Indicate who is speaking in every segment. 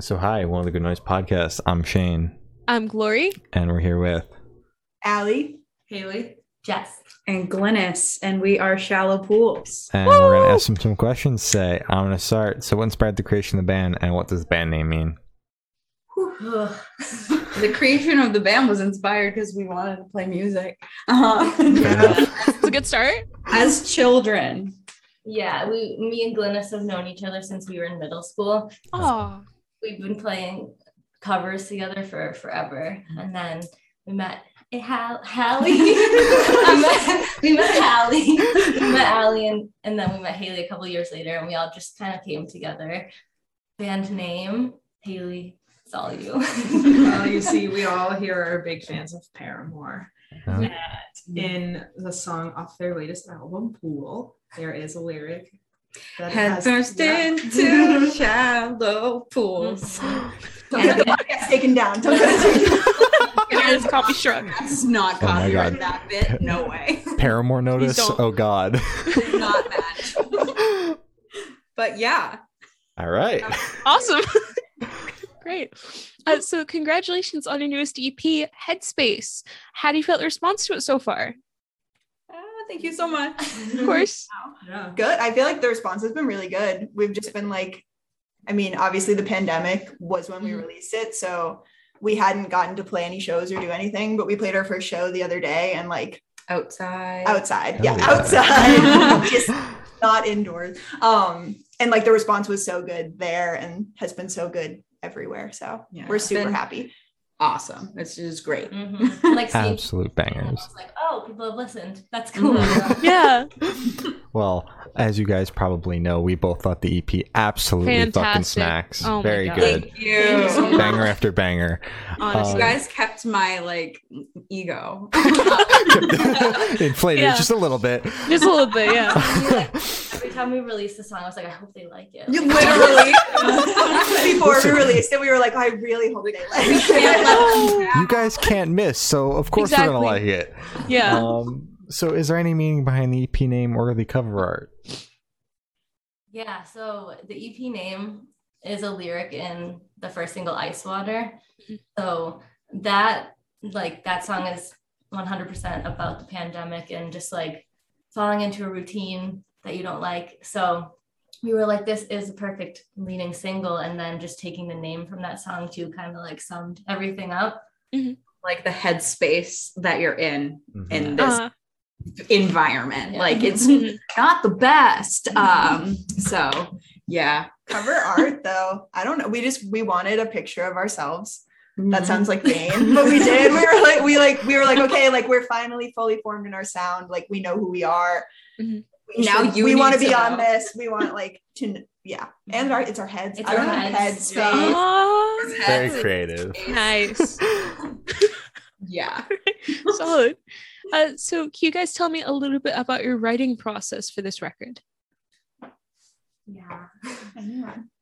Speaker 1: So, hi, one of the Good Noise podcasts. I'm Shane,
Speaker 2: I'm Um, Glory.
Speaker 1: and we're here with
Speaker 3: Allie
Speaker 4: Haley. Jess.
Speaker 3: and Glennis, and we are Shallow Pools.
Speaker 1: and we're gonna
Speaker 2: Woo!
Speaker 1: ask him some questions. Say, I'm gonna start. So, what inspired the creation of the band, and what does the band name mean?
Speaker 3: the creation of the band was inspired because we wanted to play music uh-huh.
Speaker 1: enough.
Speaker 2: It's a good start.
Speaker 3: as children.
Speaker 4: Yeah, we, me and Glennis have known each other since we were in middle school.
Speaker 2: Oh,
Speaker 4: We've been playing covers together for forever, and then we met eh, Hal- Hallie. I met- we met Hallie. We met Allie, and, and then we met Haley a couple years later, and we all just kind of came together. Band name Haley. It's all you.
Speaker 5: well, you see, we all here are big fans of Paramore.
Speaker 1: Yeah.
Speaker 5: And in the song off their latest album, Pool, there is a lyric that
Speaker 3: Head
Speaker 5: has
Speaker 3: first into shallow pools.
Speaker 5: Don't get the
Speaker 3: podcast taken down. Don't get
Speaker 2: there's coffee struck.
Speaker 3: That's not
Speaker 1: Oh my
Speaker 3: copyright.
Speaker 1: God.
Speaker 3: that bit, no way.
Speaker 1: Paramore notice.
Speaker 2: don't.
Speaker 1: Oh God.
Speaker 3: not match. But yeah,
Speaker 1: All right.
Speaker 2: Awesome. Great. Uh, so, congratulations on your newest EP, Headspace. How do you feel the response to it so far?
Speaker 3: Ah, thank you so much.
Speaker 2: Of course.
Speaker 5: Yeah.
Speaker 6: good. I feel like the response has been really good. We've just been like, I mean, obviously the pandemic was when we
Speaker 3: Mm-hmm.
Speaker 4: Mhm.
Speaker 6: released it. So we hadn't gotten to play any shows or do anything, but we played our first show the other day and like
Speaker 3: Outside.
Speaker 6: outside. Yeah,
Speaker 1: Oh, yeah.
Speaker 6: outside. just not indoors. Um, and like the response was so good there and has been so good everywhere. So
Speaker 3: Yeah,
Speaker 6: we're
Speaker 3: it's
Speaker 6: super
Speaker 3: been-
Speaker 6: happy.
Speaker 3: Awesome. It's just great.
Speaker 4: Mhm. Like seeing
Speaker 1: Absolute
Speaker 4: I
Speaker 1: bangers.
Speaker 4: was like, oh, people have listened. That's cool.
Speaker 2: Yeah.
Speaker 1: Well, as you guys probably know, we both thought the EP absolutely fucking
Speaker 2: Fantastic.
Speaker 1: smacks.
Speaker 2: Oh my
Speaker 1: Very
Speaker 2: God.
Speaker 1: good.
Speaker 3: Thank you.
Speaker 4: Thank you so much.
Speaker 1: Banger after banger.
Speaker 2: Honestly.
Speaker 3: You
Speaker 1: Um,
Speaker 3: guys kept my like ego.
Speaker 1: Inflated
Speaker 2: Yeah.
Speaker 1: just a little bit.
Speaker 2: Just a little bit. Yeah.
Speaker 4: Every time we released the song, I was like, I hope they like it.
Speaker 6: You literally before we released it, we were like, "Oh, I really hope they like it.
Speaker 1: you guys can't miss, so of course we're gonna like
Speaker 2: Oh. Exactly.
Speaker 1: it.
Speaker 2: Yeah.
Speaker 1: Um, so is there any meaning behind the EP name or the cover art?
Speaker 4: Yeah, so the EP name is a lyric in the first single Ice Water.
Speaker 6: Mm-hmm.
Speaker 4: So that like that song is 100% about the pandemic and just like falling into a routine that you don't like. So we were like this is a perfect leading single and then just taking the name from that song to kind of like summed everything up.
Speaker 3: like the headspace that you're in
Speaker 1: Mm-hmm.
Speaker 3: in this
Speaker 2: Uh,
Speaker 3: environment.
Speaker 4: Yeah.
Speaker 3: Like it's
Speaker 2: Mhm.
Speaker 3: not the best. Um, so yeah.
Speaker 6: cover art though i don't know we just we wanted a picture of ourselves that
Speaker 3: Mhm.
Speaker 6: sounds like vain but we did we were like we like we were like okay like we're finally fully formed in our sound like we know who we are
Speaker 2: Mhm.
Speaker 6: we
Speaker 3: Now
Speaker 6: should-
Speaker 3: you
Speaker 6: we
Speaker 3: need
Speaker 6: want to
Speaker 3: to
Speaker 6: be on
Speaker 3: know.
Speaker 6: this we want like to kn- yeah and our it's our heads
Speaker 4: It's
Speaker 6: i don't
Speaker 4: our
Speaker 6: have head
Speaker 4: heads,
Speaker 6: space
Speaker 3: yeah.
Speaker 2: aw,
Speaker 1: Very creative.
Speaker 2: nice.
Speaker 3: Yeah.
Speaker 2: Solid. Uh, so, can you guys tell me a little bit about your writing process for this record?
Speaker 4: Yeah.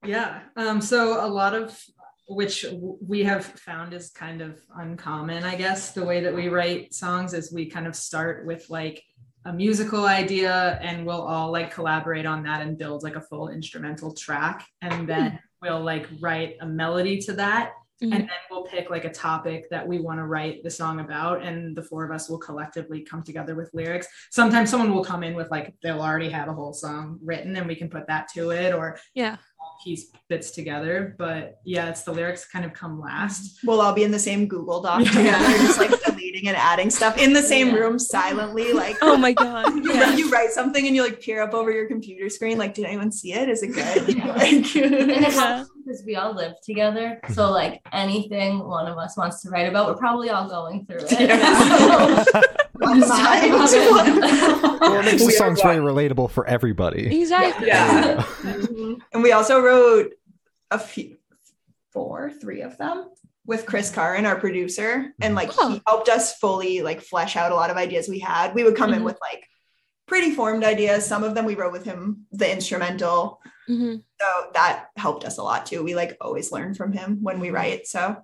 Speaker 5: Yeah. Um, so a lot of which w- we have found is kind of uncommon, I guess. The way that we write songs is we kind of start with like a musical idea and we'll all like collaborate on that and build like a full instrumental track. And then we'll like write a melody to that.
Speaker 2: Mhm.
Speaker 5: And then we'll pick like a topic that we want to write the song about. And the four of us will collectively come together with lyrics. Sometimes someone will come in with like, they'll already have a whole song written and we can put that to it. Or
Speaker 2: Yeah.
Speaker 5: piece bits together. But yeah, it's the lyrics kind of come last.
Speaker 6: we'll all be in the same google doc
Speaker 5: Yeah.
Speaker 6: together just like deleting and adding stuff in the same
Speaker 4: Yeah.
Speaker 6: room silently like
Speaker 2: Oh my God.
Speaker 6: you,
Speaker 2: Yeah.
Speaker 6: you write something and you like peer up over your computer screen like did anyone see it is it good
Speaker 4: Yeah. And
Speaker 6: like
Speaker 4: it helps because we all live together. So like anything one of us wants to write about, we're probably all going through it.
Speaker 6: Yeah.
Speaker 4: Just talk about it.
Speaker 1: Well, it makes the
Speaker 6: We are
Speaker 1: songs very relatable for everybody.
Speaker 2: Exactly.
Speaker 6: Yeah. and we also wrote a few, four, three of them with Chris Curran, our producer, and like
Speaker 2: Oh.
Speaker 6: he helped us fully like flesh out a lot of ideas we had. We would come in
Speaker 4: Mm-hmm.
Speaker 2: Mhm.
Speaker 6: with like pretty formed ideas. Some of them we wrote with him, the instrumental.
Speaker 2: Mhm.
Speaker 6: So that helped us a lot too. We like always learn from him when we write. So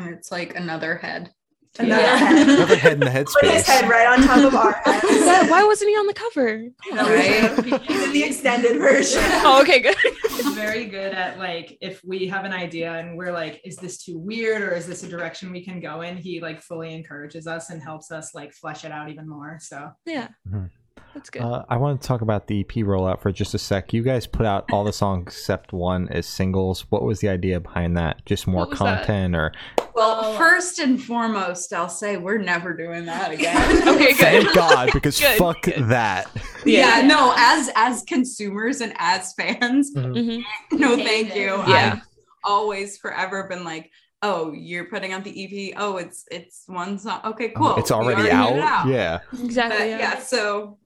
Speaker 3: It's like another head.
Speaker 6: And
Speaker 4: Yeah.
Speaker 6: that's head.
Speaker 1: Another head in the
Speaker 6: Put his head
Speaker 1: headspace.
Speaker 6: right on top of our heads.
Speaker 2: Why, why wasn't he on the cover? Come on.
Speaker 6: He's in the extended version.
Speaker 2: Oh, okay, good.
Speaker 5: She's very good at like if we have an idea and we're like, is this too weird or is this a direction we can go in? He like fully encourages us and helps us like flesh it out even more. So
Speaker 2: Yeah,
Speaker 1: Mhm.
Speaker 2: that's good.
Speaker 1: Uh, I want to talk about the EP rollout for just a sec. You guys put out all the songs except one as singles. What was the idea behind that? Just more
Speaker 2: What was that?
Speaker 1: content, or
Speaker 3: Well,
Speaker 4: Oh.
Speaker 3: first and foremost, I'll say we're never doing that again.
Speaker 2: okay, good.
Speaker 1: thank God because
Speaker 2: Good,
Speaker 1: fuck
Speaker 2: good.
Speaker 1: that.
Speaker 3: Yeah, no, as as consumers and as fans,
Speaker 1: Mm-hmm.
Speaker 2: Mhm.
Speaker 3: no
Speaker 4: Hate
Speaker 3: thank
Speaker 4: it.
Speaker 3: you.
Speaker 2: Yeah.
Speaker 3: I've always forever been like, oh, you're putting out the EP. Oh, it's it's one song. Okay, cool.
Speaker 1: Oh, It's
Speaker 3: We
Speaker 1: already
Speaker 3: put
Speaker 1: out.
Speaker 3: it
Speaker 1: Yeah.
Speaker 3: But
Speaker 2: Exactly.
Speaker 3: yeah.
Speaker 2: yeah.
Speaker 3: so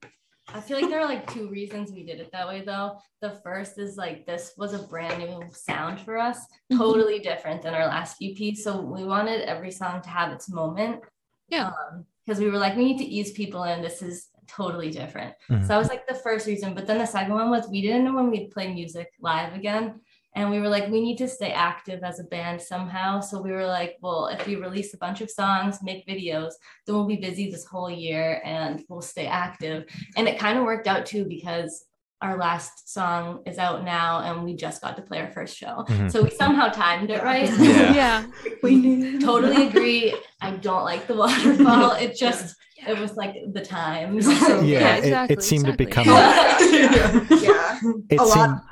Speaker 4: I feel like there are like two reasons we did it that way though. The first is like this was a brand new sound for us,
Speaker 2: Mhm.
Speaker 4: totally different than our last EP. So we wanted every song to have its moment.
Speaker 2: Yeah.
Speaker 4: Because we were like, we need to ease people in. This is totally different.
Speaker 1: Mhm.
Speaker 4: So that was like the first reason. But then the second one was we didn't know when we'd play music live again. And we were like, we need to stay active as a band somehow. So we were like, well, if we release a bunch of songs, make videos, then we'll be busy this whole year and we'll stay active. And it kind of worked out too because our last song is out now and we just got to play our first show.
Speaker 1: Mhm.
Speaker 4: So we somehow timed it right.
Speaker 1: Yeah.
Speaker 6: We knew.
Speaker 4: totally agree. I don't like the waterfall. It just, it was like the times.
Speaker 1: Yeah.
Speaker 2: Yeah,
Speaker 1: it-
Speaker 2: exactly,
Speaker 1: it, seemed
Speaker 2: exactly.
Speaker 1: to become.
Speaker 4: Yeah.
Speaker 6: Yeah.
Speaker 1: It
Speaker 6: A
Speaker 1: seemed.
Speaker 6: lot.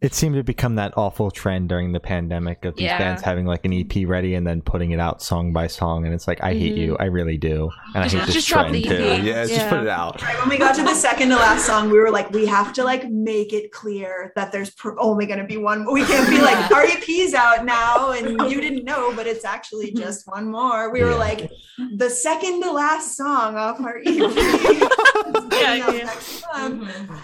Speaker 1: It seemed to become that awful trend during the pandemic of these
Speaker 2: Yeah.
Speaker 1: bands having like an EP ready and then putting it out song by song, and it's like I hate
Speaker 2: Mhm.
Speaker 1: you, I really do, and I
Speaker 2: Just-
Speaker 1: hate this
Speaker 2: just drop
Speaker 1: trend
Speaker 2: the
Speaker 1: too.
Speaker 2: EP.
Speaker 1: Yeah, just
Speaker 2: Yeah.
Speaker 1: put it out.
Speaker 6: Right, when we got to the second to last song, we were like, we have to like make it clear that there's pr- only going to be one. We can't be like, our EP's out now and you didn't know, but it's actually just one more. We were
Speaker 1: Yeah.
Speaker 6: like, the second to last song off our E EP. yeah,
Speaker 2: yeah.
Speaker 4: Mhm.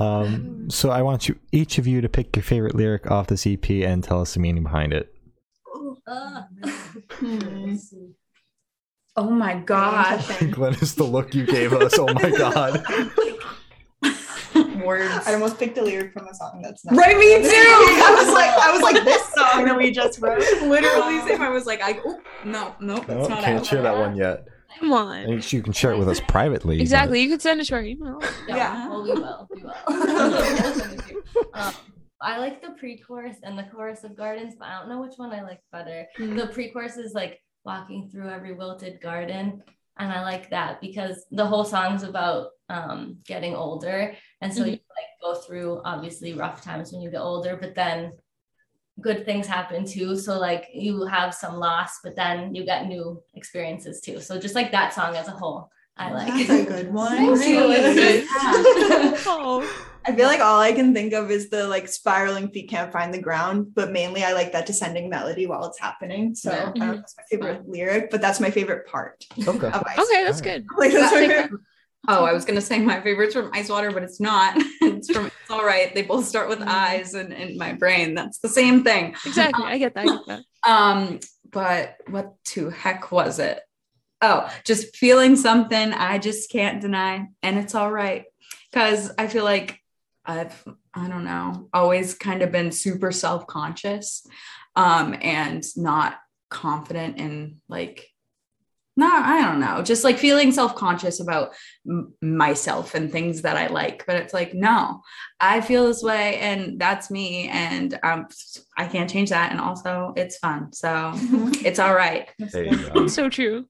Speaker 1: Um, so I want you each of you to pick your favorite lyric off this EP and tell us the meaning behind it.
Speaker 4: Uh,
Speaker 6: Hmm.
Speaker 3: Oh my gosh.
Speaker 1: Glenn is the look you gave us. Oh my god.
Speaker 3: Words.
Speaker 6: I almost picked a lyric from a song that's not.
Speaker 3: Right, me too.
Speaker 6: I was like, I was like, this song that we just wrote.
Speaker 3: literally same. I was like, I oh, no, no, that's
Speaker 1: No,
Speaker 3: not
Speaker 1: Oh, can't
Speaker 3: out.
Speaker 1: share that one yet.
Speaker 2: Come
Speaker 1: I
Speaker 2: on.
Speaker 1: think you can share it with us privately. but-
Speaker 2: Exactly. You could send it to our email.
Speaker 4: No,
Speaker 6: Yeah.
Speaker 4: Well, we will. We will. um, I like the pre-chorus and the chorus of Gardens, but I don't know which one I like better.
Speaker 6: Hmm.
Speaker 4: The pre-chorus is like walking through every wilted garden, and I like that because the whole song's about um, getting older, and
Speaker 6: Hmm.
Speaker 4: so you like go through obviously rough times when you get older, but then good things happen too. So like you have some loss, but then you get new experiences too. So just like that song as a whole, I like.
Speaker 6: That's a good one.
Speaker 4: Thank
Speaker 2: you.
Speaker 6: Yeah.
Speaker 2: Oh,
Speaker 6: I feel like all I can think of is the like spiraling feet can't find the ground, but mainly I like that descending melody while it's happening. So I don't know if that's my favorite lyric, but that's my favorite part
Speaker 1: Okay.
Speaker 6: of Ice.
Speaker 2: okay, that's
Speaker 1: Alright.
Speaker 2: good.
Speaker 6: Like, that's my
Speaker 2: Take
Speaker 6: favorite.
Speaker 3: Oh, I was gonna say my favorite's from Ice Water, but it's not. it's from It's All Right. They both start with eyes and in my brain. That's the same thing.
Speaker 2: Exactly. I get that. I get that.
Speaker 3: Um, but what to heck was it? Oh, just feeling something I just can't deny, and it's all right. Cause I feel like I've I don't know, always kind of been super self-conscious um and not confident in like no, I don't know. Just like feeling self-conscious about m- myself and things that I like, but it's like no, I feel this way and that's me and um I can't change that and also it's fun. So
Speaker 2: Mm-hmm.
Speaker 3: it's all right.
Speaker 1: There you go.
Speaker 2: So true.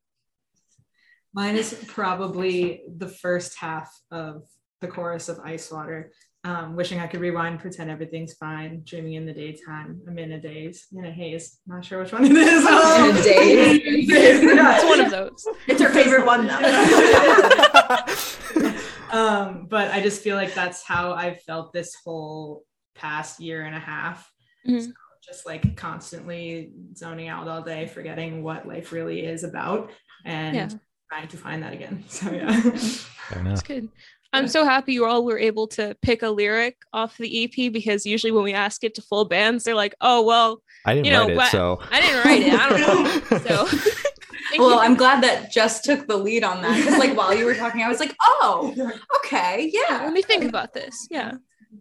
Speaker 5: Mine is probably the first half of the chorus of Ice Water. Um, wishing I could rewind, pretend everything's fine, dreaming in the daytime, I'm in a daze, in a haze. Not sure which one it is.
Speaker 3: In a daze.
Speaker 2: It's one of those.
Speaker 6: It's her favorite one though.
Speaker 5: um, but I just feel like that's how I've felt this whole past year and a half.
Speaker 2: Mhm.
Speaker 5: So just like constantly zoning out all day, forgetting what life really is about, and
Speaker 2: Yeah.
Speaker 5: trying to find that again. So yeah.
Speaker 1: Fair enough.
Speaker 2: That's good. I'm so happy you all were able to pick a lyric off the EP because usually when we ask it to full bands, they're like, "Oh well,
Speaker 1: I didn't
Speaker 2: You know
Speaker 1: write
Speaker 2: what?
Speaker 1: it, so.
Speaker 2: I didn't write it. I don't know." So, thank
Speaker 3: Well,
Speaker 2: you.
Speaker 3: I'm glad that Jess took the lead on that. Because like while you were talking, I was like, oh, okay,
Speaker 2: yeah,
Speaker 3: yeah.
Speaker 2: let me think about this. Yeah,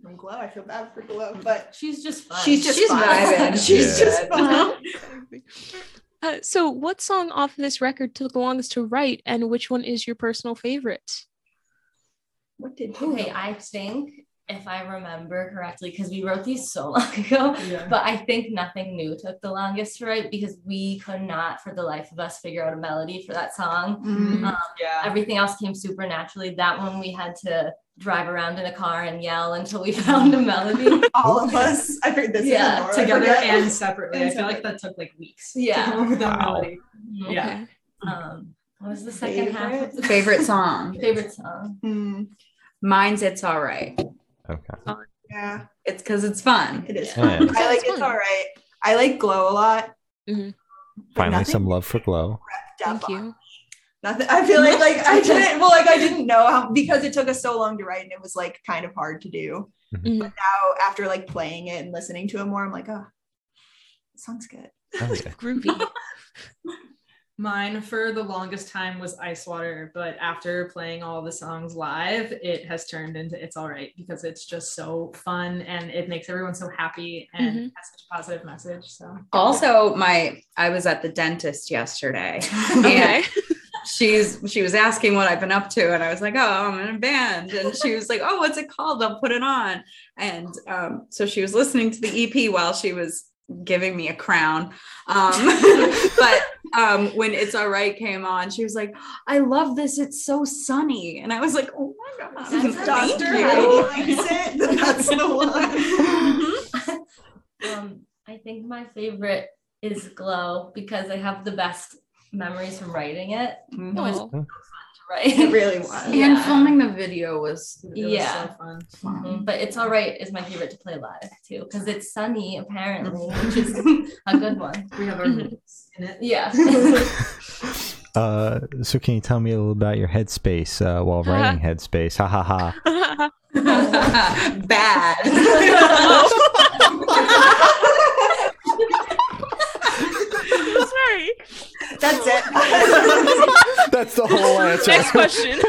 Speaker 6: I'm Glow, I feel bad for Glow, but
Speaker 4: She's just fun.
Speaker 6: she's just
Speaker 3: She's
Speaker 6: fun.
Speaker 3: vibing.
Speaker 6: She's
Speaker 1: Yeah.
Speaker 6: just fun.
Speaker 2: Uh, so, what song off this record took the longest to write, and which one is your personal favorite?
Speaker 6: What did you
Speaker 4: Okay, I think if I remember correctly, because we wrote these so long ago,
Speaker 5: Um,
Speaker 4: but I think nothing new took the longest to write because we could not, for the life of us, figure out a melody for that song.
Speaker 6: Mm.
Speaker 5: Mhm. yeah.
Speaker 4: Everything else came super naturally. That one we had to drive around in a car and yell until we found a melody.
Speaker 6: all of us? I figured this
Speaker 4: Yeah,
Speaker 6: out.
Speaker 5: Together and separately.
Speaker 6: And
Speaker 5: I feel like that took like weeks.
Speaker 4: Yeah.
Speaker 5: To come up with that
Speaker 1: Wow.
Speaker 5: melody. Yeah.
Speaker 2: Okay.
Speaker 4: Um, what was the second half of the
Speaker 3: Favorite song?
Speaker 4: favorite song?
Speaker 6: Mm,
Speaker 3: Mine's It's All Right.
Speaker 1: Okay.
Speaker 6: yeah,
Speaker 3: It's because it's fun.
Speaker 6: it is.
Speaker 1: Yeah.
Speaker 6: Fun. I like
Speaker 2: It's
Speaker 6: it's
Speaker 2: fun.
Speaker 6: all right. I like glow a lot.
Speaker 2: Mhm.
Speaker 6: But
Speaker 1: Finally,
Speaker 6: nothing
Speaker 1: some love for Glow.
Speaker 6: wrapped up
Speaker 2: Thank
Speaker 6: on-
Speaker 2: you.
Speaker 6: Nothing. I feel like like I didn't. Well, like I didn't know how because it took us so long to write, and it was like kind of hard to do.
Speaker 1: Mhm.
Speaker 6: But now, after like playing it and listening to it more, I'm like, oh, this song's good.
Speaker 1: Oh, yeah.
Speaker 2: Groovy.
Speaker 5: Mine for the longest time was Ice Water, but after playing all the songs live, it has turned into It's All Right because it's just so fun and it makes everyone so happy and
Speaker 2: Mhm.
Speaker 5: has such a positive message. So
Speaker 3: Also, my I was at the dentist yesterday.
Speaker 2: Okay.
Speaker 3: she's she was asking what I've been up to, and I was like, "Oh, I'm in a band." And she was like, "Oh, what's it called? I'll put it on." And um, so she was listening to the EP while she was giving me a crown. Um, but um, when "It's All Right" came on, she was like, "I love this. It's so sunny." And I was like, "Oh my god,
Speaker 4: That's a
Speaker 3: thank
Speaker 4: doctor
Speaker 3: you."
Speaker 4: hat.
Speaker 6: Heidi likes it. Then that's the one.
Speaker 4: Um, I think my favorite is Glow because I have the best memories from writing it.
Speaker 3: Mhm.
Speaker 2: Aw.
Speaker 6: It
Speaker 4: Right.
Speaker 6: really was.
Speaker 4: Yeah.
Speaker 3: And filming the video was
Speaker 5: it was
Speaker 4: Yeah.
Speaker 5: so fun.
Speaker 4: Mhm. But it's all right is my favorite to play live too because it's sunny apparently, which is a good one.
Speaker 5: We have our
Speaker 2: Mhm.
Speaker 5: roots in it.
Speaker 4: Yeah.
Speaker 1: Uh, so can you tell me a little about your headspace uh, while
Speaker 2: Uh-huh.
Speaker 1: writing headspace? Ha ha ha.
Speaker 3: Bad.
Speaker 2: Oh. Sorry.
Speaker 6: That's it.
Speaker 1: That's the whole answer.
Speaker 2: Next question.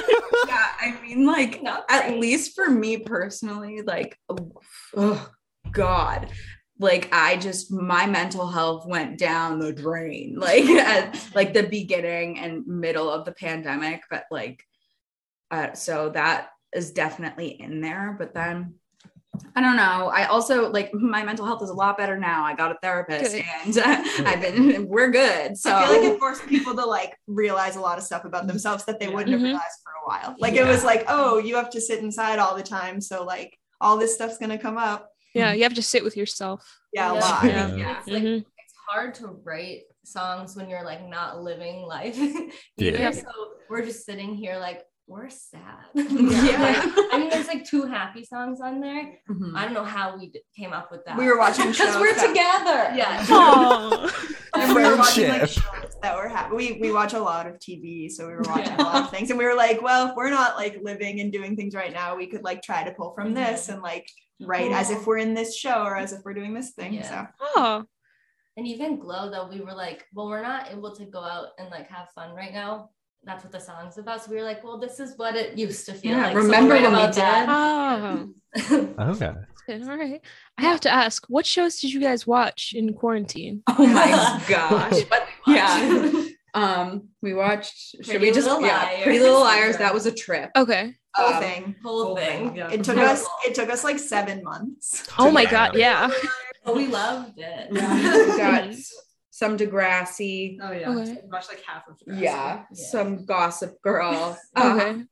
Speaker 3: yeah, I mean, like, at least for me personally, like, oh God, like I just my mental health went down the drain, like at like the beginning and middle of the pandemic, but like, uh, so that is definitely in there. But then, I don't know. I also like my mental health is a lot better now. I got a therapist,
Speaker 2: Good.
Speaker 3: and I've been we're good. So
Speaker 6: I feel like it forced people to like realize a lot of stuff about themselves that they wouldn't have
Speaker 2: Mhm.
Speaker 6: realized for a while. Like it was like, oh, you have to sit inside all the time, so like all this stuff's gonna come up.
Speaker 2: Yeah, you have to sit with yourself.
Speaker 6: Yeah, a
Speaker 4: Yeah.
Speaker 6: lot.
Speaker 5: Yeah.
Speaker 3: Yeah.
Speaker 4: It's like
Speaker 2: Mhm.
Speaker 4: it's hard to write songs when you're like not living life
Speaker 1: Yeah.
Speaker 4: either.
Speaker 2: Yeah.
Speaker 4: So we're just sitting here like we're sad.
Speaker 3: Yeah.
Speaker 4: Like, I mean, there's like two happy songs on there.
Speaker 3: Mhm.
Speaker 4: I don't know how we d- came up with that.
Speaker 6: We were watching
Speaker 3: because
Speaker 6: shows
Speaker 3: we're
Speaker 6: that-
Speaker 3: together.
Speaker 4: Yeah.
Speaker 2: Aw.
Speaker 6: And we were watching like
Speaker 1: Friendship.
Speaker 6: shows that were ha- we we watch a lot of TV, so we were watching a lot of things, and we were like, well, if we're not like living and doing things right now, we could like try to pull from this and like write as if we're in this show or as if we're doing this thing.
Speaker 4: Yeah.
Speaker 2: Aw.
Speaker 4: And even glow though, we were like, well, we're not able to go out and like have fun right now. That's what the song's about. So we were like, well, this is what it used to feel
Speaker 3: Yeah,
Speaker 4: like.
Speaker 3: remember
Speaker 4: so
Speaker 3: when we
Speaker 2: Oh.
Speaker 4: that.
Speaker 1: Okay.
Speaker 2: Good, All right. I have to ask, what shows did you guys watch in quarantine?
Speaker 3: Oh my gosh. But yeah.
Speaker 4: yeah.
Speaker 3: Um, we watched should
Speaker 4: Pretty
Speaker 3: we just
Speaker 4: Little
Speaker 3: yeah,
Speaker 4: Liars.
Speaker 3: Pretty Little Liars, that was a trip.
Speaker 2: Okay.
Speaker 6: So whole
Speaker 3: Um,
Speaker 6: thing.
Speaker 4: Whole thing.
Speaker 5: Yeah.
Speaker 6: It took us it took us like seven months.
Speaker 2: Oh my god, yeah.
Speaker 4: But we loved it.
Speaker 3: We got some Degrassi.
Speaker 5: Oh yeah.
Speaker 2: Okay.
Speaker 5: We watched like half of it.
Speaker 3: Yeah,
Speaker 4: Yeah.
Speaker 3: some gossip girl. Uh,
Speaker 2: Okay.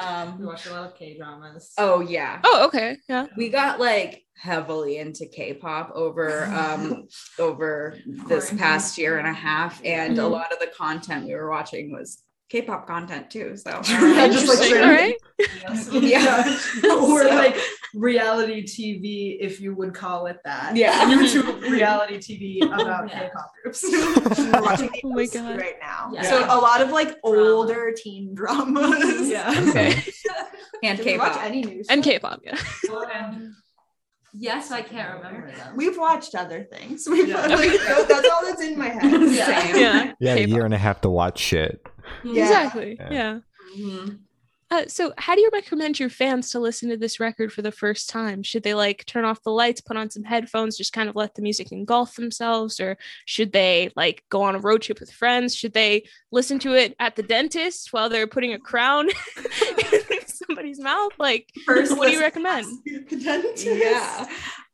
Speaker 5: We
Speaker 3: um
Speaker 5: watched a lot of K dramas.
Speaker 3: oh yeah.
Speaker 2: Oh, okay. Yeah.
Speaker 3: We got like heavily into K-pop over um over this past year and a half and a
Speaker 2: Mhm.
Speaker 3: lot of the content we were watching was K-pop content too. So
Speaker 6: Yeah, just, like,
Speaker 2: Interesting.
Speaker 6: straight-
Speaker 2: All right.
Speaker 3: yeah.
Speaker 5: or
Speaker 3: So-
Speaker 5: like reality TV, if you would call it that.
Speaker 3: Yeah.
Speaker 5: YouTube reality TV about
Speaker 4: Yeah.
Speaker 5: K-pop groups.
Speaker 6: We're watching the
Speaker 2: Oh my
Speaker 6: OC
Speaker 2: God.
Speaker 6: right now.
Speaker 4: Yeah.
Speaker 6: So a lot of like
Speaker 4: Drama.
Speaker 6: older teen dramas.
Speaker 5: yeah.
Speaker 2: Okay.
Speaker 3: and
Speaker 6: Did we watch
Speaker 3: K-pop.
Speaker 6: any news?
Speaker 2: And K-pop, yeah.
Speaker 4: Um, yes, I can't remember them.
Speaker 6: We've watched other things. We've
Speaker 5: Yeah.
Speaker 6: like, no, that's all that's in my head.
Speaker 4: Yeah.
Speaker 3: Same.
Speaker 2: Yeah. Mm-hmm.
Speaker 1: Yeah, a
Speaker 2: K-pop.
Speaker 1: year and a half to watch shit.
Speaker 6: Yeah.
Speaker 2: Exactly.
Speaker 1: Yeah.
Speaker 2: Yeah.
Speaker 3: Mhm.
Speaker 2: Uh, so, how do you recommend your fans to listen to this record for the first time? Should they like turn off the lights, put on some headphones, just kind of let the music engulf themselves? Or should they like go on a road trip with friends? Should they listen to it at the dentist while they're putting a crown in somebody's mouth? Like, what do you
Speaker 6: listen-
Speaker 2: recommend?
Speaker 6: The dentist.
Speaker 3: yeah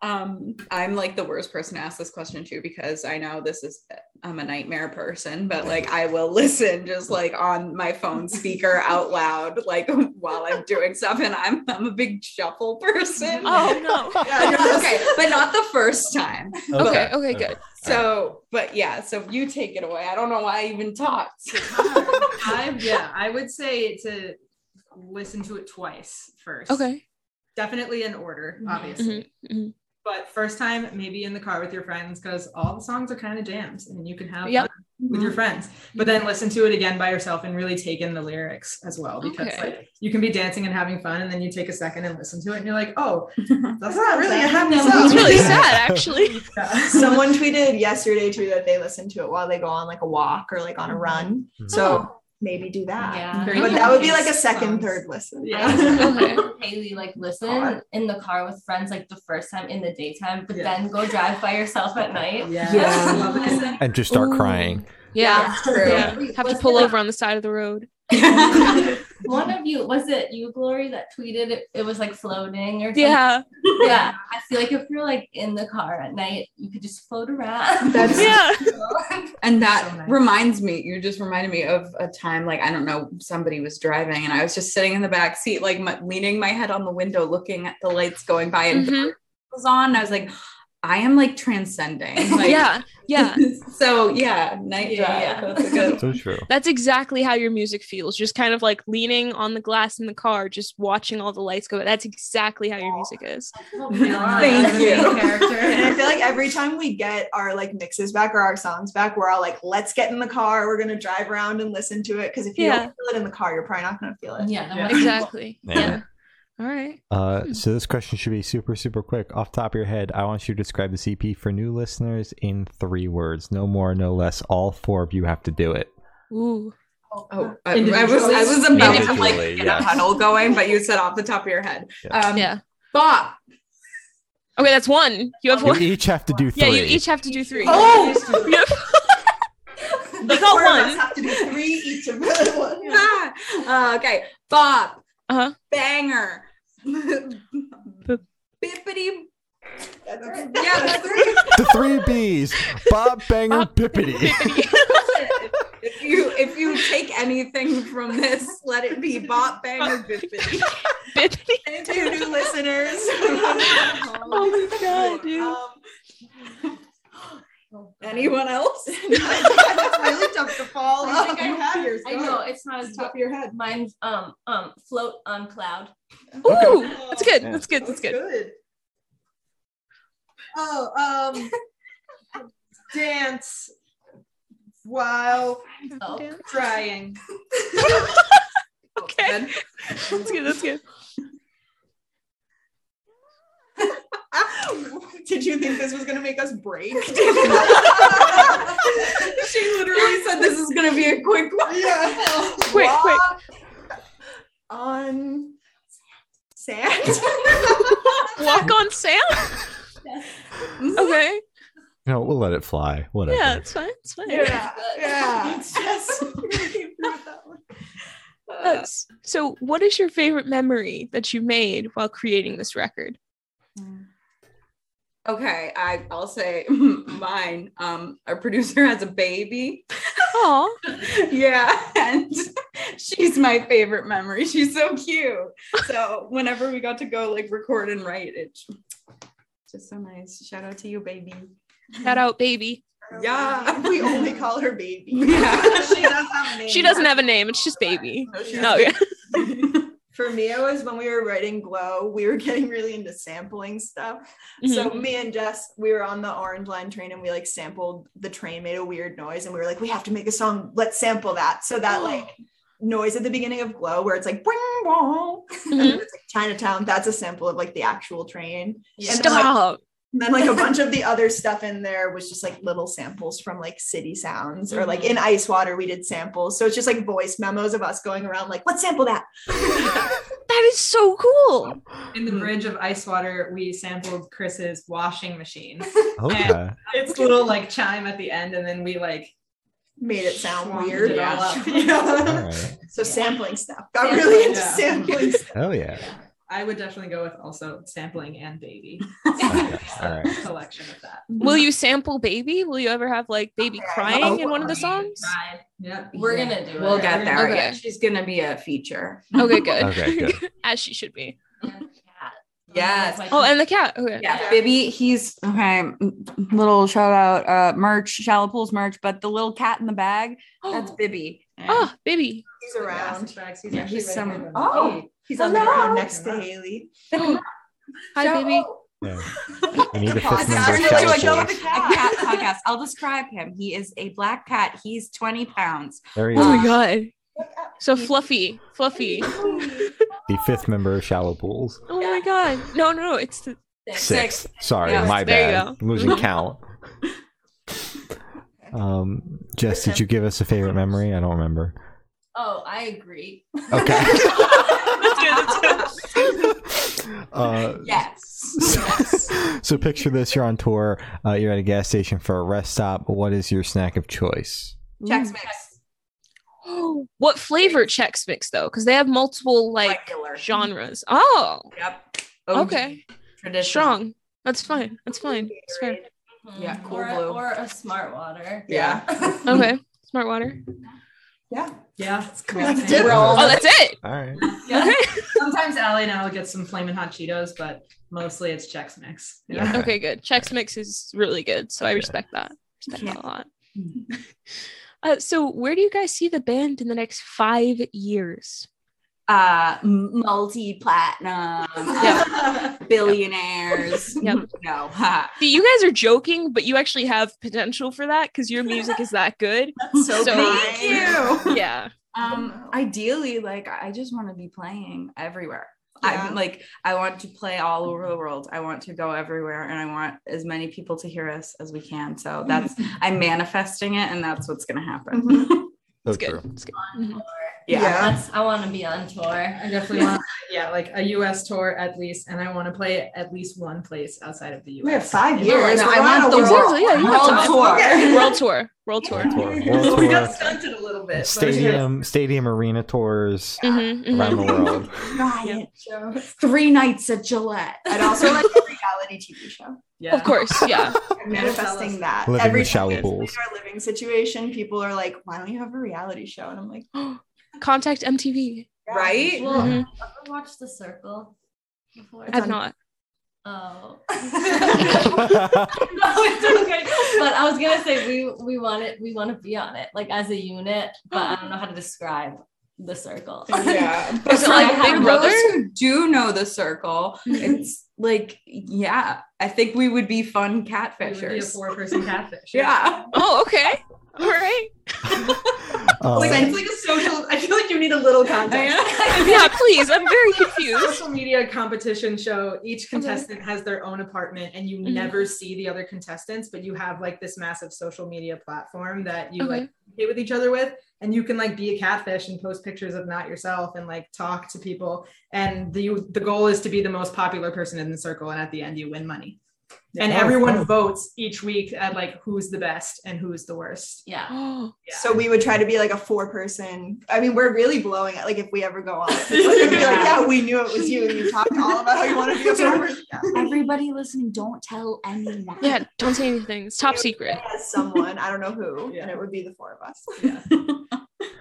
Speaker 3: um i'm like the worst person to ask this question to because i know this is i'm a nightmare person but like i will listen just like on my phone speaker out loud like while i'm doing stuff and i'm i'm a big shuffle person
Speaker 2: Oh, no.
Speaker 6: Yeah, you're just-
Speaker 3: okay but not the first time
Speaker 2: Okay, okay, good.
Speaker 3: so but yeah so you take it away i don't know why i even talked
Speaker 5: I, yeah, I would say to listen to it twice first.
Speaker 2: Okay.
Speaker 5: Definitely in order,
Speaker 3: Mm-hmm.
Speaker 4: Mhm.
Speaker 5: obviously.
Speaker 2: mhm.
Speaker 5: But first time, maybe in the car with your friends, because all the songs are kind of jams and you can have
Speaker 2: Yep.
Speaker 5: fun with
Speaker 3: Mm-hmm.
Speaker 5: your friends. But then listen to it again by yourself and really take in the lyrics as well, because
Speaker 2: Okay.
Speaker 5: like you can be dancing and having fun, and then you take a second and listen to it, and you're like, oh, that's not really a happy
Speaker 6: That's
Speaker 5: song.
Speaker 2: It's really sad, actually.
Speaker 5: Yeah.
Speaker 6: Someone tweeted yesterday too that they listen to it while they go on like a walk or like on a run.
Speaker 1: Mhm.
Speaker 6: So maybe do that.
Speaker 4: Yeah.
Speaker 5: Very
Speaker 6: But
Speaker 5: nice.
Speaker 6: that would be like a second,
Speaker 5: Songs.
Speaker 6: third listen.
Speaker 5: Yeah.
Speaker 2: Okay.
Speaker 4: I Haley like listen in the car with friends like the first time in the daytime, but
Speaker 5: Yeah.
Speaker 4: then go drive by yourself at night.
Speaker 5: Yeah.
Speaker 3: Yeah.
Speaker 5: I love it.
Speaker 1: And just start
Speaker 2: Ooh.
Speaker 1: crying.
Speaker 2: Yeah.
Speaker 3: true
Speaker 2: Yeah. Have to
Speaker 4: Listen
Speaker 2: pull over on the side of the road.
Speaker 4: One of you was it you, Glory, that tweeted it, it was like floating or something?
Speaker 2: Yeah.
Speaker 4: yeah. I feel like if you're like in the car at night, you could just float around.
Speaker 3: That's-
Speaker 2: Yeah.
Speaker 3: And that
Speaker 5: So nice.
Speaker 3: reminds me, you just reminded me of a time, like, I don't know, somebody was driving and I was just sitting in the back seat, like, my, leaning my head on the window, looking at the lights going by and
Speaker 2: Mhm.
Speaker 3: it was on. And I was like, I am like transcending. Like,
Speaker 2: yeah. Yeah.
Speaker 3: so, yeah, night
Speaker 4: Yeah,
Speaker 3: drive.
Speaker 4: yeah.
Speaker 3: That's a good
Speaker 1: So true.
Speaker 2: That's exactly how your music feels. Just kind of like leaning on the glass in the car, just watching all the lights go. That's exactly how your music is.
Speaker 3: Thank
Speaker 5: Thank
Speaker 3: you.
Speaker 6: And I
Speaker 5: Character.
Speaker 6: feel like every time we get our like mixes back or our songs back, we're all like, let's get in the car. We're gonna drive around and listen to it. Cause if you
Speaker 2: Yeah.
Speaker 6: don't feel it in the car, you're probably not gonna feel it.
Speaker 4: Yeah.
Speaker 5: Yeah.
Speaker 2: Exactly.
Speaker 1: Yeah.
Speaker 2: Yeah. All right.
Speaker 1: Uh,
Speaker 2: Hmm.
Speaker 1: so this question should be super, super quick. Off the top of your head, I want you to describe the CP for new listeners in three words, no more, no less. All four of you have to do it.
Speaker 2: Ooh.
Speaker 3: Oh, I, I was I was about
Speaker 5: Individually.
Speaker 3: to like
Speaker 1: Individually,
Speaker 3: get
Speaker 1: yes.
Speaker 3: a huddle going, but you said off the top of your head.
Speaker 1: Yeah.
Speaker 3: Um,
Speaker 2: Yeah.
Speaker 3: Bob,
Speaker 2: Okay, that's one. You have
Speaker 1: You
Speaker 2: one.
Speaker 1: each have to do
Speaker 2: Yeah,
Speaker 1: three.
Speaker 2: you each have to do three.
Speaker 6: Oh!
Speaker 2: You have-
Speaker 6: The
Speaker 2: You got
Speaker 6: four of us
Speaker 2: one.
Speaker 6: have to do three each of us.
Speaker 3: Ah, okay, Bob.
Speaker 2: Uh-huh.
Speaker 3: Banger.
Speaker 2: Boop.
Speaker 3: Bippity.
Speaker 6: That's-
Speaker 3: Yeah, that's three.
Speaker 1: the three B's: Bob, Banger,
Speaker 2: Bob,
Speaker 1: Bippity.
Speaker 3: if you if you take anything from this, let it be bop bang or bippity.
Speaker 2: Bippity.
Speaker 6: And two new listeners.
Speaker 2: Oh my god, dude.
Speaker 6: Um,
Speaker 3: Anyone else?
Speaker 6: that's really tough to fall.
Speaker 4: I think
Speaker 6: off.
Speaker 4: I
Speaker 6: You have yours,
Speaker 4: I
Speaker 6: go.
Speaker 4: know it's not as
Speaker 6: Top of your head.
Speaker 4: mine's um um float on cloud.
Speaker 2: Ooh. That's good.
Speaker 1: Yeah.
Speaker 2: That's good. That's good.
Speaker 5: Oh, um, dance while
Speaker 4: Oh.
Speaker 2: Okay.
Speaker 5: crying.
Speaker 2: Okay. That's good. That's good.
Speaker 6: Um, Did you think this was gonna make us break?
Speaker 3: she literally said this is gonna be a quick one.
Speaker 6: yeah.
Speaker 2: Quick, quick.
Speaker 6: On sand.
Speaker 2: Walk on sand. Okay.
Speaker 1: No, we'll let it fly. Whatever.
Speaker 2: Yeah, it's fine. It's fine.
Speaker 6: yeah. Yeah. It's just
Speaker 2: Uh, s- so, what is your favorite memory that you made while creating this record?
Speaker 3: Okay, I, I'll say mine. Um, our producer has a baby.
Speaker 2: Aw,
Speaker 3: yeah and she's my favorite memory she's so cute so whenever we got to go like record and write it just so nice shout out to you baby
Speaker 2: shout out, baby.
Speaker 3: Yeah.
Speaker 6: We only call her baby.
Speaker 3: Yeah.
Speaker 6: she does have a name.
Speaker 2: She doesn't have a name; it's just baby.
Speaker 5: Oh,
Speaker 2: No, yeah.
Speaker 6: For me, it was when we were writing Glow, we were getting really into sampling stuff.
Speaker 2: Mm-hmm.
Speaker 6: So me and Jess, we were on the orange line train and we like sampled the train made a weird noise and we were like, we have to make a song. Let's sample that. So that like noise at the beginning of Glow where it's like, "Boing, boing," and
Speaker 2: Mhm.
Speaker 6: then it's like Chinatown. That's a sample of like the actual train.
Speaker 4: Yeah.
Speaker 6: And then, like,
Speaker 2: Stop.
Speaker 6: And then like a bunch of the other stuff in there was just like little samples from like city sounds or like in ice water we did samples. So it's just like voice memos of us going around like, let's sample that.
Speaker 2: That is so cool.
Speaker 5: In the bridge of ice water, we sampled Chris's washing machine.
Speaker 1: Okay.
Speaker 5: It's little like chime at the end, and then we like
Speaker 6: Made it sound
Speaker 5: Swamped
Speaker 6: weird.
Speaker 5: it all up.
Speaker 6: Yeah.
Speaker 1: All right.
Speaker 4: Yeah.
Speaker 6: So sampling stuff. Got
Speaker 4: Sampling,
Speaker 6: really into
Speaker 5: yeah.
Speaker 6: sampling stuff.
Speaker 1: Hell yeah.
Speaker 5: I would definitely go with also sampling and baby.
Speaker 1: Okay, all right.
Speaker 5: Collection of that.
Speaker 2: Will you sample baby? Will you ever have like baby
Speaker 6: Okay,
Speaker 2: crying
Speaker 6: I'll-
Speaker 2: in one of the songs?
Speaker 4: Tried.
Speaker 5: Yeah.
Speaker 4: We're
Speaker 3: Yeah.
Speaker 4: gonna do it.
Speaker 3: We'll
Speaker 5: We're
Speaker 3: get there.
Speaker 2: gonna-
Speaker 3: Yeah, She's gonna be a feature.
Speaker 2: Okay, good.
Speaker 1: Okay, good.
Speaker 2: As she should be.
Speaker 4: And the cat.
Speaker 3: Yes.
Speaker 4: That's my
Speaker 2: Oh, and the cat. Okay.
Speaker 3: Yeah,
Speaker 4: Yeah.
Speaker 3: Bibby, he's okay. m- Little shout out, uh, merch, shallow pools merch, but the little cat in the bag, that's Bibby.
Speaker 2: Oh, baby.
Speaker 6: He's around.
Speaker 5: Bags. He's
Speaker 3: Yeah,
Speaker 5: actually
Speaker 3: he's
Speaker 5: right
Speaker 3: some-
Speaker 5: here.
Speaker 3: Oh.
Speaker 6: He's on the
Speaker 3: Hello.
Speaker 6: ground next to Haley.
Speaker 2: Hi,
Speaker 3: Shout-
Speaker 2: baby.
Speaker 1: Yeah. We need to fit
Speaker 6: Podcast.
Speaker 1: some of those
Speaker 3: Really like
Speaker 1: shallow
Speaker 6: Show
Speaker 1: pools.
Speaker 6: the
Speaker 3: A
Speaker 6: cat.
Speaker 3: cat podcast. I'll describe him. He is a black cat. He's 20 pounds.
Speaker 1: There he
Speaker 2: Oh
Speaker 1: is,
Speaker 2: my god. So fluffy, fluffy.
Speaker 1: the fifth member of Shallow Pools.
Speaker 2: Oh my god. No, no, no. It's the,
Speaker 4: thing.
Speaker 1: Sixth. Sorry,
Speaker 2: Yeah,
Speaker 1: my
Speaker 2: there you
Speaker 1: bad.
Speaker 2: go.
Speaker 1: Losing count. Um, Jess, did you give us a favorite memory? I don't remember.
Speaker 4: Oh, I agree.
Speaker 1: Okay.
Speaker 2: Let's
Speaker 1: uh,
Speaker 3: Yes.
Speaker 1: so picture this: you're on tour. Uh, you're at a gas station for a rest stop. What is your snack of choice?
Speaker 6: Chex Mix.
Speaker 2: what flavor checks mix though? Because they have multiple like
Speaker 3: Regular.
Speaker 2: genres. Oh,
Speaker 3: Yep.
Speaker 2: okay.
Speaker 3: Traditional.
Speaker 2: Strong. That's fine. That's fine. That's fair.
Speaker 4: Mhm.
Speaker 3: Yeah, cool
Speaker 4: or,
Speaker 3: blue.
Speaker 4: or a smart water.
Speaker 6: Yeah.
Speaker 2: Okay. Smart water.
Speaker 6: Yeah.
Speaker 5: Yeah.
Speaker 6: That's
Speaker 5: Yeah.
Speaker 6: it. Roll.
Speaker 2: Oh, that's it.
Speaker 1: All right.
Speaker 5: Yeah.
Speaker 2: Okay.
Speaker 5: Sometimes Allie and I will get some flaming hot Cheetos, but mostly it's Chex Mix. Yeah.
Speaker 1: Yeah.
Speaker 2: Okay, good. Chex Mix is really good, so I respect that. Respect
Speaker 3: Yeah.
Speaker 2: that a lot. Uh, so, where do you guys see the band in the next five years?
Speaker 3: Uh, multi platinum. Billionaires.
Speaker 2: Yep.
Speaker 3: No. Ha.
Speaker 2: See, you guys are joking, but you actually have potential for that because your music is that good.
Speaker 6: So,
Speaker 2: So-
Speaker 6: kind.
Speaker 3: Thank you.
Speaker 2: Yeah.
Speaker 3: Um, ideally, like I just want to be playing everywhere.
Speaker 6: Yeah.
Speaker 3: I'm like, I want to play all over the world. I want to go everywhere, and I want as many people to hear us as we can. So that's I'm manifesting it, and that's what's gonna
Speaker 2: Mm-hmm.
Speaker 3: happen.
Speaker 1: So
Speaker 2: It's good.
Speaker 1: true.
Speaker 2: It's good. Mhm.
Speaker 6: Yeah.
Speaker 4: That's, I want to be on tour.
Speaker 5: I definitely want, yeah, like a US tour at least, and I want to play at least one place outside of the US.
Speaker 6: We have five
Speaker 5: Yeah.
Speaker 6: years.
Speaker 3: No,
Speaker 6: We're
Speaker 3: I
Speaker 6: on
Speaker 3: want
Speaker 6: a
Speaker 3: the
Speaker 6: world-
Speaker 2: Exactly, Oh, yeah, you
Speaker 3: world
Speaker 2: have time.
Speaker 3: tour.
Speaker 6: Okay.
Speaker 2: World tour. World tour.
Speaker 1: World tour. World
Speaker 5: we got
Speaker 1: tour.
Speaker 5: stunted a little bit. but-
Speaker 1: Stadium, stadium, arena tours
Speaker 2: Mhm, mhm.
Speaker 1: around the world.
Speaker 6: Riot.
Speaker 3: Three nights at Gillette.
Speaker 6: I'd also like a reality TV show.
Speaker 5: Yeah.
Speaker 2: Of course. Yeah.
Speaker 6: I'm manifesting that.
Speaker 1: Living
Speaker 6: Every
Speaker 1: with shallow
Speaker 6: time we explain
Speaker 1: pools.
Speaker 6: our living situation, people are like, why don't you have a reality show? And I'm like,
Speaker 2: Contact MTV.
Speaker 6: right?
Speaker 4: Well,
Speaker 3: Mm-hmm.
Speaker 2: Mhm.
Speaker 4: ever watched The Circle before?
Speaker 2: I've not.
Speaker 4: Oh.
Speaker 1: That's
Speaker 4: no, it's okay. But I was gonna say we we want it. We want to be on it, like as a unit. But I don't know how to describe the circle.
Speaker 6: Yeah.
Speaker 2: Is it
Speaker 3: For
Speaker 2: like
Speaker 3: those
Speaker 2: Big Brother?
Speaker 3: who do know the circle, it's like, yeah, I think we would be fun
Speaker 5: We would be a
Speaker 3: catfishers.
Speaker 5: four-person catfish.
Speaker 3: Yeah.
Speaker 2: Oh, okay. All right.
Speaker 1: Uh,
Speaker 5: like a social. I feel like you need a little context.
Speaker 2: Yeah, please. I'm very confused.
Speaker 5: social media competition show each contestant has their own apartment and you
Speaker 2: Mhm.
Speaker 5: never see the other contestants but you have like this massive social media platform that you
Speaker 2: Okay.
Speaker 5: like communicate with each other with and you can like be a catfish and post pictures of not yourself and like talk to people and the the goal is to be the most popular person in the circle and at the end you win money and
Speaker 1: Oh,
Speaker 5: everyone
Speaker 1: cool.
Speaker 5: votes each week at like who's the best and who's the worst
Speaker 4: Yeah.
Speaker 2: Oh,
Speaker 6: So we would try to be like a four person. I mean, we're really blowing it. Like if we ever go on, it's like, it'd be like, yeah, we knew it was you. You talked all about how you want to be a four person.
Speaker 3: Everybody listening, don't tell anyone.
Speaker 2: yeah. Don't say anything. It's top secret.
Speaker 6: As someone, I don't know who,
Speaker 5: Yeah.
Speaker 6: and it would be the four of us.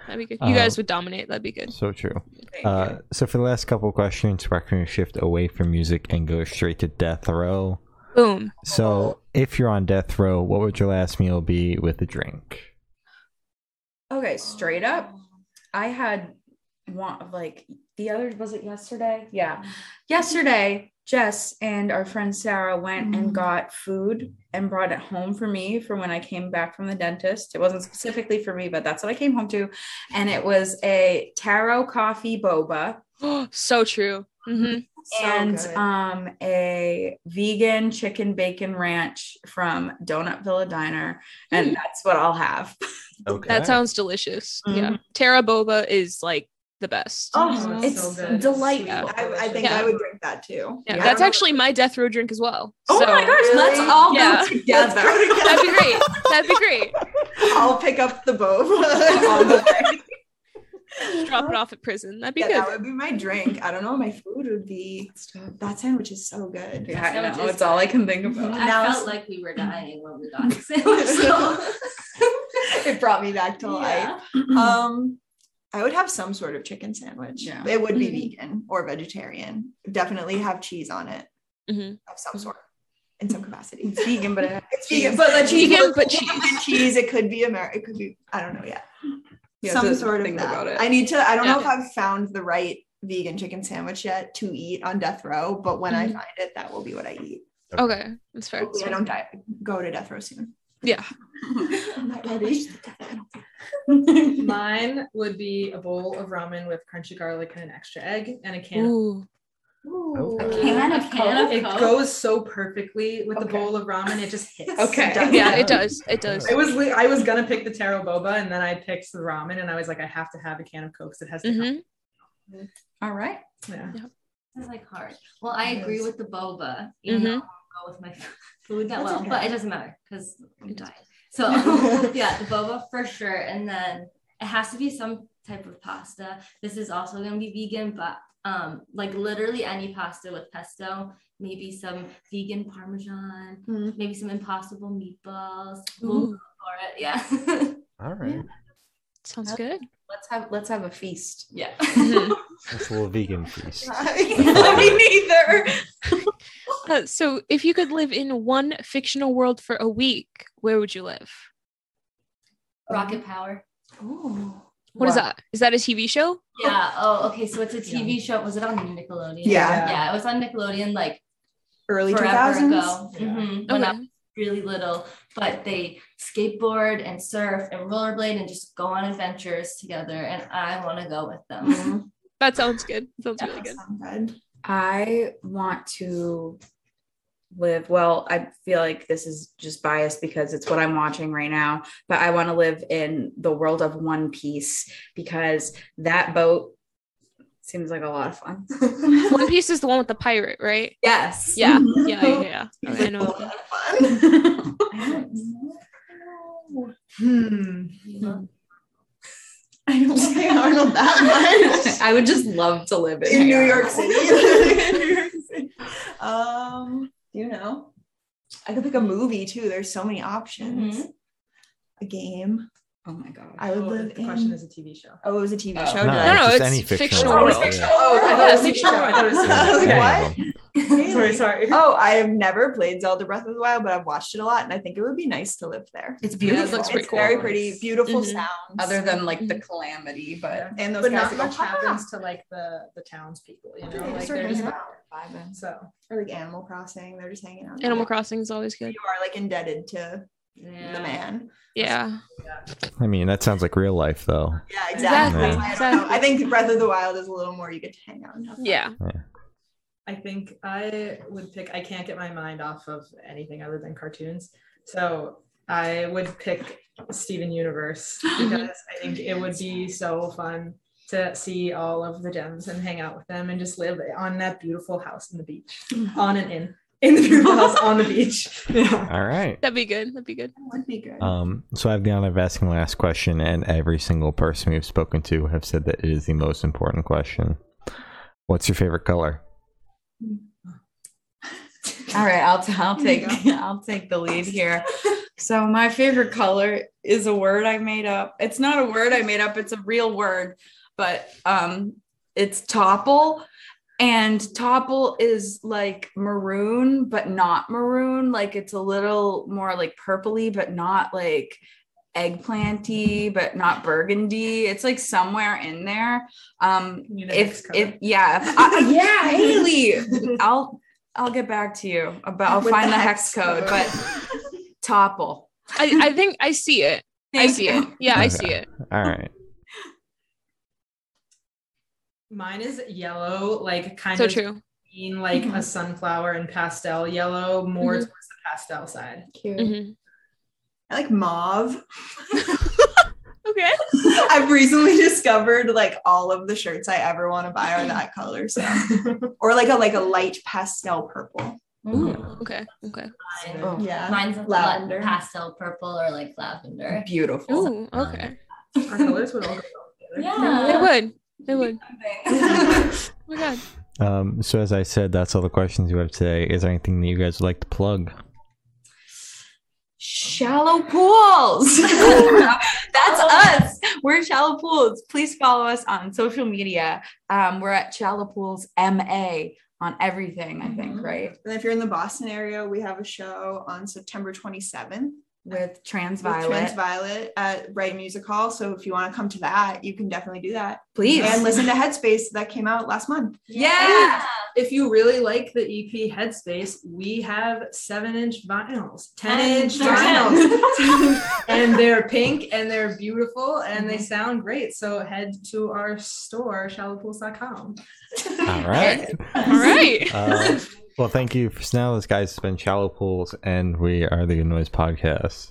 Speaker 2: That'd be good. You
Speaker 1: Uh,
Speaker 2: guys would dominate. That'd be good.
Speaker 1: so true. Uh, so for the last couple of questions, we're going to shift away from music and go straight to death row.
Speaker 2: Boom.
Speaker 1: So if you're on death row, what would your last meal be with a drink?
Speaker 3: Okay, straight up. I had one of like the other was it yesterday? Yeah. Yesterday, Jess and our friend Sarah went and got food and brought it home for me from when I came back from the dentist. It wasn't specifically for me, but that's what I came home to. And it was a taro coffee boba
Speaker 2: so true. hmm
Speaker 6: So
Speaker 3: and
Speaker 6: good.
Speaker 3: um, a vegan chicken bacon ranch from Donut Villa Diner, and
Speaker 2: Mm.
Speaker 3: that's what I'll have.
Speaker 1: Okay.
Speaker 2: That sounds delicious.
Speaker 3: Mhm.
Speaker 2: Yeah. Terra boba is like the best.
Speaker 3: Oh,
Speaker 5: Sounds
Speaker 3: it's
Speaker 5: so good.
Speaker 3: delightful.
Speaker 5: Sweet,
Speaker 6: I, I think
Speaker 2: Yeah.
Speaker 6: I would drink that too.
Speaker 2: yeah,
Speaker 3: yeah.
Speaker 2: that's actually my death row drink as well.
Speaker 3: oh
Speaker 2: So,
Speaker 3: my gosh, let's
Speaker 6: Really?
Speaker 3: all
Speaker 2: Yeah.
Speaker 3: go together.
Speaker 2: That'd be great. That'd be great.
Speaker 6: I'll pick up the boba.
Speaker 3: On the way.
Speaker 2: Drop it off at prison. That'd be
Speaker 6: yeah,
Speaker 2: good.
Speaker 6: that would be my drink. I don't know. My food would be that sandwich is so good.
Speaker 3: yeah, I
Speaker 4: Sandwiches.
Speaker 3: know. It's all I can think about.
Speaker 4: I
Speaker 6: Now it's-
Speaker 4: felt like we were dying when we got the sandwich. So.
Speaker 6: it brought me back to life.
Speaker 4: yeah.
Speaker 6: Um, I would have some sort of chicken sandwich.
Speaker 3: Yeah.
Speaker 6: It would be
Speaker 2: Mhm.
Speaker 6: vegan or vegetarian. Definitely have cheese on it
Speaker 2: Mhm.
Speaker 6: of some sort in some capacity.
Speaker 3: It's vegan, but it
Speaker 6: It's Mm-hmm. vegan, but like cheese,
Speaker 2: Vegan, but
Speaker 6: cheese. cheese. It could be American. It could be. I don't know yet.
Speaker 3: You have
Speaker 6: some
Speaker 3: to
Speaker 6: sort of
Speaker 3: think
Speaker 6: that.
Speaker 3: about it.
Speaker 6: I need to. I don't know if
Speaker 2: Yeah.
Speaker 6: I've found the right vegan chicken sandwich yet to eat on death row, but when I
Speaker 2: Mhm.
Speaker 6: find it, that will be what I eat.
Speaker 2: Okay. That's fair.
Speaker 6: Hopefully, I don't die. Go to death row soon.
Speaker 2: Yeah.
Speaker 6: I'm not ready. I don't
Speaker 5: Mine would be a bowl of ramen with crunchy garlic and an extra egg and a can. of
Speaker 2: Ooh.
Speaker 1: Okay.
Speaker 4: Can
Speaker 5: of
Speaker 4: of can
Speaker 5: Coke.
Speaker 4: of
Speaker 5: It
Speaker 4: Coke.
Speaker 5: goes so perfectly with the
Speaker 6: Oh. Okay.
Speaker 5: bowl of ramen. It just hits.
Speaker 6: Okay.
Speaker 5: Done.
Speaker 2: Yeah, it does. It does.
Speaker 5: I was li- I was gonna pick the taro boba and then I picked the ramen and I was like I have to have a can of Coke because it has the
Speaker 2: hmm
Speaker 3: all right.
Speaker 5: yeah.
Speaker 4: It's like hard. Well, I
Speaker 5: It
Speaker 4: agree
Speaker 5: is.
Speaker 4: with the boba. Even though I don't go with my food that
Speaker 6: That's
Speaker 4: well,
Speaker 6: okay.
Speaker 4: but it doesn't matter because I'm dying. So yeah, the boba for sure. And then it has to be some type of pasta. This is also gonna be vegan, but um, like literally any pasta with pesto, maybe some vegan parmesan,
Speaker 6: Mm.
Speaker 4: maybe some impossible meatballs. We'll go
Speaker 2: Ooh.
Speaker 4: for it. Yeah.
Speaker 1: All right.
Speaker 2: Sounds good.
Speaker 3: Let's have let's have a feast.
Speaker 4: yeah.
Speaker 2: Mhm.
Speaker 1: That's a little vegan feast.
Speaker 6: Me neither.
Speaker 2: Uh, so, if you could live in one fictional world for a week, where would you live?
Speaker 4: Rocket power.
Speaker 3: Ooh.
Speaker 2: What is that? Is that a TV show?
Speaker 4: Yeah. Oh, okay. So it's a TV show. Was it on Nickelodeon?
Speaker 6: Yeah.
Speaker 4: Yeah, it was on Nickelodeon like
Speaker 6: Early two
Speaker 4: forever
Speaker 6: thousands.
Speaker 4: ago. Mhm, When I
Speaker 2: Okay.
Speaker 4: was really little, but they skateboard and surf and rollerblade and just go on adventures together. And I want to go with them.
Speaker 3: Mhm.
Speaker 2: That sounds good. Sounds really
Speaker 6: That
Speaker 2: good.
Speaker 6: sounds good.
Speaker 3: I want to live well i feel like this is just biased because it's what i'm watching right now but i want to live in the world of one piece because that boat seems like a lot of fun
Speaker 2: One Piece is the one with the pirate, right?
Speaker 3: yes
Speaker 2: Yeah. Yeah. Yeah. yeah. Okay, I know. that one.
Speaker 4: I don't
Speaker 5: Hmm.
Speaker 4: know.
Speaker 6: I don't say Arnold that much.
Speaker 3: i would just love to live in,
Speaker 6: in New
Speaker 3: Hawaii.
Speaker 6: York City. In New York City. Um, you know, I could pick a movie too. There's so many options.
Speaker 2: Mm-hmm.
Speaker 6: A game.
Speaker 3: oh my god
Speaker 6: I would
Speaker 5: Oh,
Speaker 6: live
Speaker 5: the
Speaker 6: in.
Speaker 5: question is a TV show.
Speaker 6: oh, it was a TV
Speaker 3: Oh.
Speaker 6: show.
Speaker 1: No,
Speaker 6: did
Speaker 2: No, no,
Speaker 6: I-
Speaker 1: just
Speaker 2: it's
Speaker 1: any
Speaker 2: fictional
Speaker 1: fictional.
Speaker 2: world.
Speaker 1: world.
Speaker 6: Oh, I thought it was a
Speaker 5: fictional. I thought it was-
Speaker 6: I was like,
Speaker 1: Yeah.
Speaker 6: what?
Speaker 5: sorry, sorry.
Speaker 6: Oh, I have never played Zelda Breath of the Wild, but I've watched it a lot, and I think it would be nice to live there.
Speaker 3: it's
Speaker 2: it
Speaker 3: beautiful
Speaker 2: looks pretty
Speaker 6: it's
Speaker 2: cool.
Speaker 6: very pretty, beautiful
Speaker 2: Mhm.
Speaker 6: sounds.
Speaker 3: other than like the calamity but
Speaker 6: and those
Speaker 5: but
Speaker 6: guys
Speaker 5: not
Speaker 6: that go,
Speaker 5: much
Speaker 6: "Ha, ha."
Speaker 5: happens to like the the townspeople, you
Speaker 6: They're
Speaker 5: know. Like
Speaker 6: just
Speaker 5: they're
Speaker 6: hanging
Speaker 5: just
Speaker 6: out, vibing.
Speaker 5: so
Speaker 6: or like Animal Crossing. They're just hanging out.
Speaker 2: Animal Crossing is always good.
Speaker 6: You are like indebted to the
Speaker 4: Yeah.
Speaker 6: man.
Speaker 2: Yeah.
Speaker 1: I mean, that sounds like real life, though.
Speaker 6: Yeah,
Speaker 2: Exactly,
Speaker 6: exactly. I, don't know.
Speaker 2: exactly.
Speaker 6: I think Breath of the Wild is a little more you get to hang out and have fun.
Speaker 2: Yeah.
Speaker 5: I think I would pick. I can't get my mind off of anything other than cartoons, so I would pick Steven Universe because I think it would be so fun to see all of the gems and hang out with them and just live on that beautiful house in the beach, on and in in the beautiful house on the beach. Yeah.
Speaker 1: All right.
Speaker 2: That'd be good. That'd be good.
Speaker 6: That would be good.
Speaker 1: Um, so I've the honor of asking the last question, and every single person we've spoken to have said that it is the most important question. What's your favorite color?
Speaker 3: All right, I'll, t- I'll
Speaker 5: There you
Speaker 3: take I'll take the lead here. So my favorite color is a word I made up. It's not a word I made up, it's a real word, but um it's topple and topple is like maroon but not maroon, like it's a little more like purpley but not like eggplanty but not burgundy. It's like somewhere in there. Um
Speaker 5: You know,
Speaker 3: if
Speaker 5: it's covered.
Speaker 3: if yeah, if I, yeah, Haley, I'll I'll get back to you about I'll
Speaker 6: With
Speaker 3: find the hex, code, but topple.
Speaker 2: I, I think I see it. I
Speaker 3: Thank
Speaker 2: see
Speaker 3: you.
Speaker 2: it. Yeah, I
Speaker 1: Okay.
Speaker 2: see it.
Speaker 1: All right.
Speaker 5: Mine is yellow, like kind
Speaker 2: So
Speaker 5: of
Speaker 2: true.
Speaker 5: between, like a
Speaker 3: Mhm.
Speaker 5: sunflower and pastel yellow, more
Speaker 2: Mhm.
Speaker 5: towards the pastel side.
Speaker 3: Cute.
Speaker 2: Mhm.
Speaker 6: I like mauve.
Speaker 2: Okay.
Speaker 6: I've recently discovered like all of the shirts I ever want to buy are that color. So or like a like a light pastel purple.
Speaker 4: Ooh.
Speaker 2: Okay. Okay.
Speaker 4: Mm-hmm. Mine-
Speaker 3: Oh,
Speaker 6: Yeah.
Speaker 4: Mine's a
Speaker 6: Lavender.
Speaker 4: lavender, pastel purple, or like lavender.
Speaker 3: Beautiful.
Speaker 2: Ooh. Okay.
Speaker 5: Our colors would all go well
Speaker 2: They
Speaker 4: Yeah.
Speaker 2: would. They would. Oh my god.
Speaker 1: Um, so as I said, that's all the questions you have today. Is there anything that you guys would like to plug?
Speaker 3: Shallow pools. That's us. We're Shallow Pools. Please follow us on social media. Um, we're at Shallow Pools MA on everything, I think, right?
Speaker 6: And if you're in the Boston area, we have a show on September 27th.
Speaker 3: With Trans
Speaker 6: With
Speaker 3: Violet.
Speaker 6: Trans Violet at Bright Music Hall. So if you want to come to that, you can definitely do that.
Speaker 3: Please.
Speaker 6: And listen to Headspace that came out last month.
Speaker 3: yeah.
Speaker 5: If you really like the EP Headspace, we have seven inch vinyls, 10 inch vinyls. and they're pink and they're beautiful and they sound great. So head to our store, shallowpools.com.
Speaker 1: All right.
Speaker 2: All right.
Speaker 1: Uh, well, thank you for now. This guys has been Shallow Pools, and we are the Good Noise Podcast.